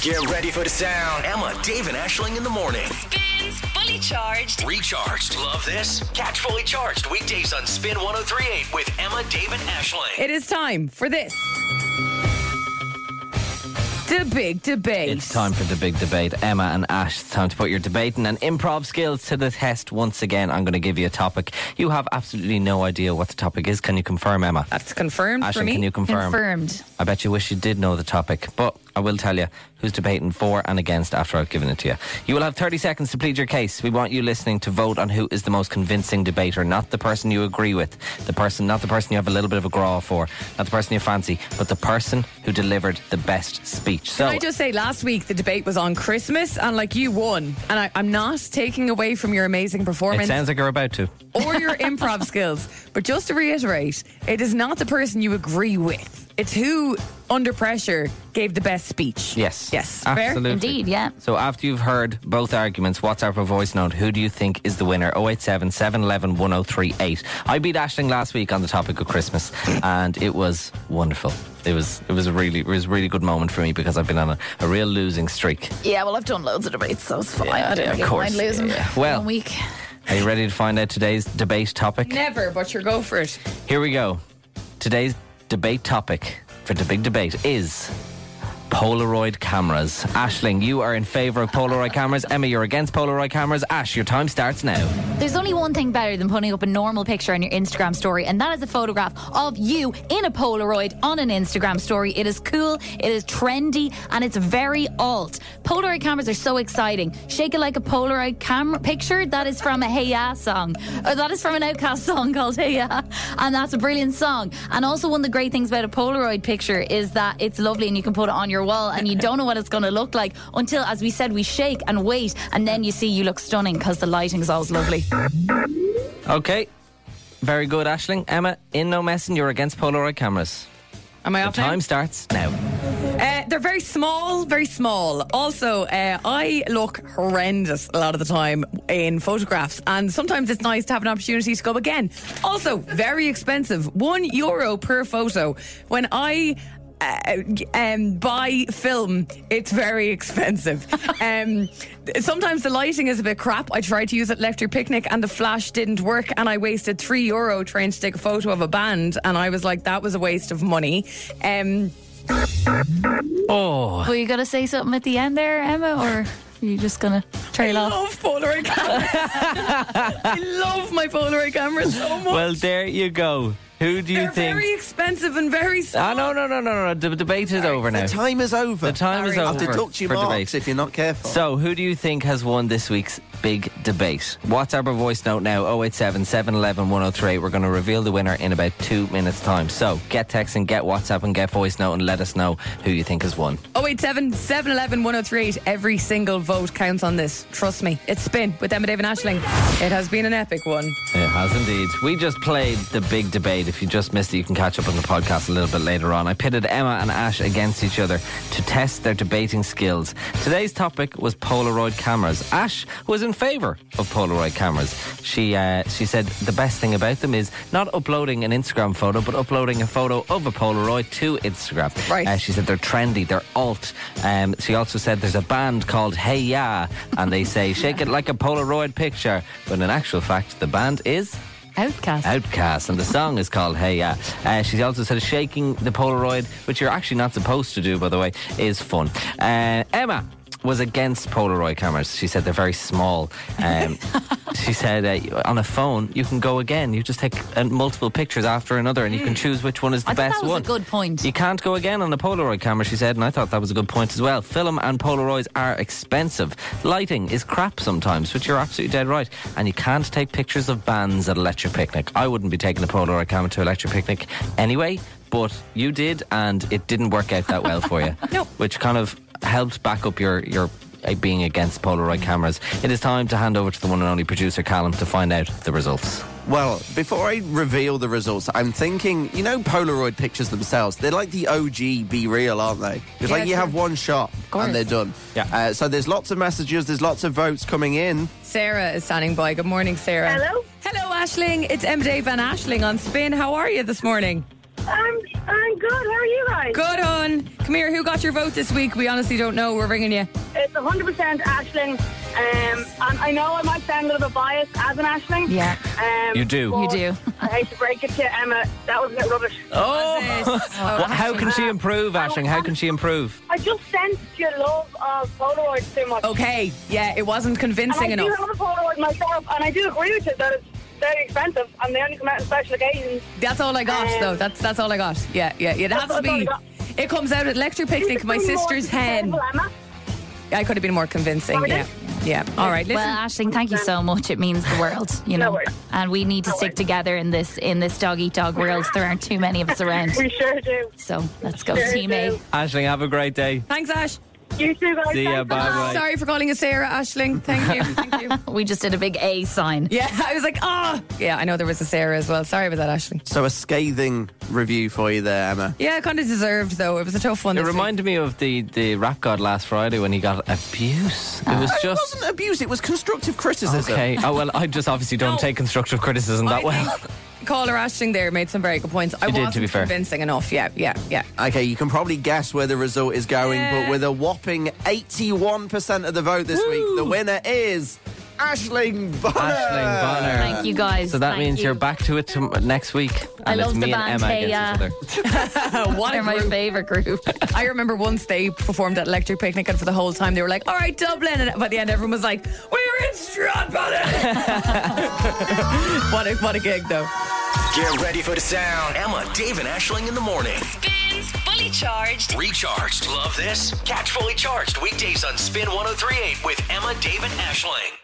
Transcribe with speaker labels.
Speaker 1: Get ready for the sound.
Speaker 2: Emma, Dave, and Ashling in the morning.
Speaker 3: Spins Fully Charged.
Speaker 2: Recharged. Love this? Catch fully charged weekdays on Spin 1038 with Emma, Dave, and Ashling.
Speaker 4: It is time for this. The big debate.
Speaker 5: It's time for the big debate. Emma and Ash, it's time to put your debating and improv skills to the test once again. I'm going to give you a topic. You have absolutely no idea what the topic is. Can you confirm, Emma?
Speaker 4: That's confirmed for
Speaker 5: Ashley,
Speaker 4: me.
Speaker 5: can you confirm?
Speaker 6: Confirmed.
Speaker 5: I bet you wish you did know the topic, but I will tell you who's debating for and against after I've given it to you. You will have 30 seconds to plead your case. We want you listening to vote on who is the most convincing debater, not the person you agree with, the person, not the person you have a little bit of a growl for, not the person you fancy, but the person who delivered the best speech. So
Speaker 4: Can I just say, last week the debate was on Christmas, and like you won. And I, I'm not taking away from your amazing
Speaker 5: it
Speaker 4: performance
Speaker 5: sounds like you're about to.
Speaker 4: or your improv skills, but just to reiterate, it is not the person you agree with. It's who, under pressure, gave the best speech.
Speaker 5: Yes.
Speaker 4: Yes.
Speaker 5: Absolutely.
Speaker 4: Fair?
Speaker 6: Indeed, yeah.
Speaker 5: So after you've heard both arguments, WhatsApp or voice note, who do you think is the winner? 087 711 1038. I beat Ashling last week on the topic of Christmas and it was wonderful. It was it was a really it was a really good moment for me because I've been on a, a real losing streak.
Speaker 6: Yeah, well, I've done loads of debates, so it's fine.
Speaker 5: Yeah,
Speaker 6: I didn't
Speaker 5: of
Speaker 6: really
Speaker 5: course,
Speaker 6: mind losing
Speaker 5: yeah, yeah. Well-
Speaker 6: one week.
Speaker 5: Are you ready to find out today's debate topic?
Speaker 4: Never, but you're go for it.
Speaker 5: Here we go. Today's debate topic for the big debate is Polaroid cameras. Ashling, you are in favour of Polaroid cameras. Emma, you're against Polaroid cameras. Ash, your time starts now.
Speaker 6: There's only one thing better than putting up a normal picture on your Instagram story, and that is a photograph of you in a Polaroid on an Instagram story. It is cool, it is trendy, and it's very alt. Polaroid cameras are so exciting. Shake it like a Polaroid camera picture. That is from a Hey Ya song. Or that is from an Outcast song called Hey Ya, and that's a brilliant song. And also, one of the great things about a Polaroid picture is that it's lovely and you can put it on your wall, and you don't know what it's going to look like until, as we said, we shake and wait, and then you see you look stunning because the lighting is always lovely.
Speaker 5: Okay. Very good, Ashling. Emma, in no messing, you're against Polaroid cameras.
Speaker 4: Am I off now?
Speaker 5: Time starts now.
Speaker 4: Uh, they're very small, very small. Also, uh, I look horrendous a lot of the time in photographs, and sometimes it's nice to have an opportunity to go again. Also, very expensive one euro per photo. When I uh, um, buy film, it's very expensive. um, sometimes the lighting is a bit crap. I tried to use it Lecter Picnic, and the flash didn't work, and I wasted three euro trying to take a photo of a band, and I was like, that was a waste of money. Um,
Speaker 5: Oh,
Speaker 4: Oh.
Speaker 6: Were Oh, you gonna say something at the end there, Emma, or are you just gonna trail
Speaker 4: I
Speaker 6: off?
Speaker 4: love Polaroid cameras. I love my Polaroid cameras so much.
Speaker 5: well, there you go. Who do you
Speaker 4: They're
Speaker 5: think?
Speaker 4: very expensive and very
Speaker 5: Ah,
Speaker 4: small.
Speaker 5: no, no, no, no, no. The debate is over now.
Speaker 7: The time is over.
Speaker 5: The time is
Speaker 4: Sorry.
Speaker 5: over
Speaker 7: I'll deduct your
Speaker 5: for
Speaker 7: marks
Speaker 5: debate.
Speaker 7: if you're not careful.
Speaker 5: So, who do you think has won this week's big debate? WhatsApp or voice note now 087 711 1038. We're going to reveal the winner in about two minutes' time. So, get texting, get WhatsApp, and get voice note, and let us know who you think has won.
Speaker 4: Oh, 087 711 1038. oh, Every single vote counts on this. Trust me. It's spin with Emma David Ashling. It has been an epic one.
Speaker 5: It has indeed. We just played the big debate. If you just missed it, you can catch up on the podcast a little bit later on. I pitted Emma and Ash against each other to test their debating skills. Today's topic was Polaroid cameras. Ash was in favour of Polaroid cameras. She uh, she said the best thing about them is not uploading an Instagram photo, but uploading a photo of a Polaroid to Instagram.
Speaker 4: Right.
Speaker 5: Uh, she said they're trendy, they're alt. Um, she also said there's a band called Hey Ya, and they say shake it like a Polaroid picture, but in actual fact, the band is.
Speaker 6: Outcast.
Speaker 4: Uh,
Speaker 5: Outcast, and the song is called Hey Ya. Uh, she also said shaking the Polaroid, which you're actually not supposed to do, by the way, is fun. Uh, Emma was against Polaroid cameras. She said they're very small. Um, she said uh, on a phone, you can go again. You just take uh, multiple pictures after another, and you can choose which one is the
Speaker 6: Hmm. I thought
Speaker 5: best
Speaker 6: that was a
Speaker 5: one.
Speaker 6: good point.
Speaker 5: You can't go again on a Polaroid camera, she said, and I thought that was a good point as well. Film and Polaroids are expensive. Lighting is crap sometimes, which you're absolutely dead right. And you can't take pictures of bands at a lecture picnic. I wouldn't be taking a Polaroid camera to a lecture picnic anyway, but you did, and it didn't work out that well for you.
Speaker 4: No.
Speaker 5: Which kind of helped back up your your. uh, Being against Polaroid cameras, it is time to hand over to the one and only producer Callum to find out the results.
Speaker 7: Well, before I reveal the results, I'm thinking, you know, Polaroid pictures themselves, they're like the OG Be Real, aren't they? It's like you have one shot and they're done.
Speaker 5: Yeah.
Speaker 7: Uh, so there's lots of messages, there's lots of votes coming in.
Speaker 4: Sarah is standing by. Good morning, Sarah.
Speaker 8: Hello.
Speaker 4: Hello, Ashling. It's Emma Dave and Ashling on Spin. How are you this morning?
Speaker 1: I'm, I'm good. How are you guys?
Speaker 4: Good on. Come here. Who got your vote this week? We honestly don't know. We're ringing you.
Speaker 1: It's 100% Ashling. Um, and I know I might sound a little bit biased as an Ashling.
Speaker 6: Yeah.
Speaker 1: Um,
Speaker 5: You do.
Speaker 1: but
Speaker 6: You do.
Speaker 1: I hate to break it to you, Emma. That was a bit rubbish.
Speaker 4: Oh,
Speaker 5: What, how can she improve, Ashing? How can she improve?
Speaker 1: I just sensed your love of Polaroids too much.
Speaker 4: okay. Yeah, it wasn't
Speaker 1: And I
Speaker 4: convincing
Speaker 1: do
Speaker 4: enough.
Speaker 1: have a Polaroid myself, and I do agree with you that it's very expensive, and they only come out on special occasions.
Speaker 4: That's all I got,
Speaker 1: Um,
Speaker 4: though. That's that's all I got. Yeah, yeah. It has to
Speaker 1: that's all I
Speaker 4: be.
Speaker 1: got.
Speaker 4: It comes out at lecture picnic. My
Speaker 1: It's been more
Speaker 4: sister's hen.
Speaker 1: successful, Emma.
Speaker 4: I could have been more convincing.
Speaker 1: Pardon?
Speaker 4: Yeah, yeah. All right. Listen.
Speaker 6: Well, Ashling, thank you so much. It means the world, you
Speaker 1: No
Speaker 6: know.
Speaker 1: worries.
Speaker 6: and we need to
Speaker 1: No
Speaker 6: stick
Speaker 1: worries.
Speaker 6: together in this in this dog eat dog world. There aren't too many of us around.
Speaker 1: We sure do.
Speaker 6: So let's go,
Speaker 1: Sure
Speaker 6: Team A.
Speaker 1: do.
Speaker 5: Ashling, have a great day.
Speaker 4: Thanks, Ash.
Speaker 1: You too, guys.
Speaker 5: See ya.
Speaker 1: Thanks.
Speaker 5: Bye bye.
Speaker 4: Sorry for calling you Sarah Ashling. Thank you. Thank you.
Speaker 6: We just did a big A sign.
Speaker 4: Yeah, I was like, ah. Yeah, I know there was a Sarah as well. Sorry about that, Ashling.
Speaker 7: So a scathing review for you there, Emma.
Speaker 4: Yeah, kind of deserved though. It was a tough one.
Speaker 5: It
Speaker 4: this week.
Speaker 5: reminded me of the, the rap god last Friday when he got abuse. It
Speaker 6: Oh.
Speaker 5: was
Speaker 7: It
Speaker 5: just.
Speaker 7: wasn't abuse. It was constructive criticism.
Speaker 5: Okay. Oh, well, I just obviously don't
Speaker 4: No.
Speaker 5: take constructive criticism
Speaker 4: I
Speaker 5: that well.
Speaker 4: think Caller Ashling there made some very good points. I
Speaker 5: She did, to
Speaker 4: wasn't
Speaker 5: be fair.
Speaker 4: convincing enough. Yeah, yeah, yeah.
Speaker 7: Okay, you can probably guess where the result is going,
Speaker 4: Yeah.
Speaker 7: but with a whopping 81% of the vote this week, the winner is Ashling
Speaker 5: Ashling
Speaker 7: Bonner.
Speaker 5: Bonner.
Speaker 6: Thank you guys.
Speaker 5: So that
Speaker 6: Thank
Speaker 5: means
Speaker 6: you.
Speaker 5: you're back to it tom next week. And
Speaker 6: I
Speaker 5: it's
Speaker 6: love
Speaker 5: me
Speaker 6: the
Speaker 5: and
Speaker 6: band
Speaker 5: Emma
Speaker 6: Hey Ya.
Speaker 5: against each other.
Speaker 1: Oh,
Speaker 4: what
Speaker 6: They're
Speaker 4: a
Speaker 6: my
Speaker 4: group.
Speaker 6: favorite group.
Speaker 4: I remember once they performed at Electric Picnic, and for the whole time they were like, "All right, Dublin," and by the end everyone was like, "We were in Stradbally." what a what a gig though.
Speaker 2: Get ready for the sound. Emma, Dave, and Ashling in the morning.
Speaker 3: Spins Fully Charged.
Speaker 2: oh Recharged. Love this? Catch fully charged weekdays on Spin 1038 with Emma, Dave, and Ashling.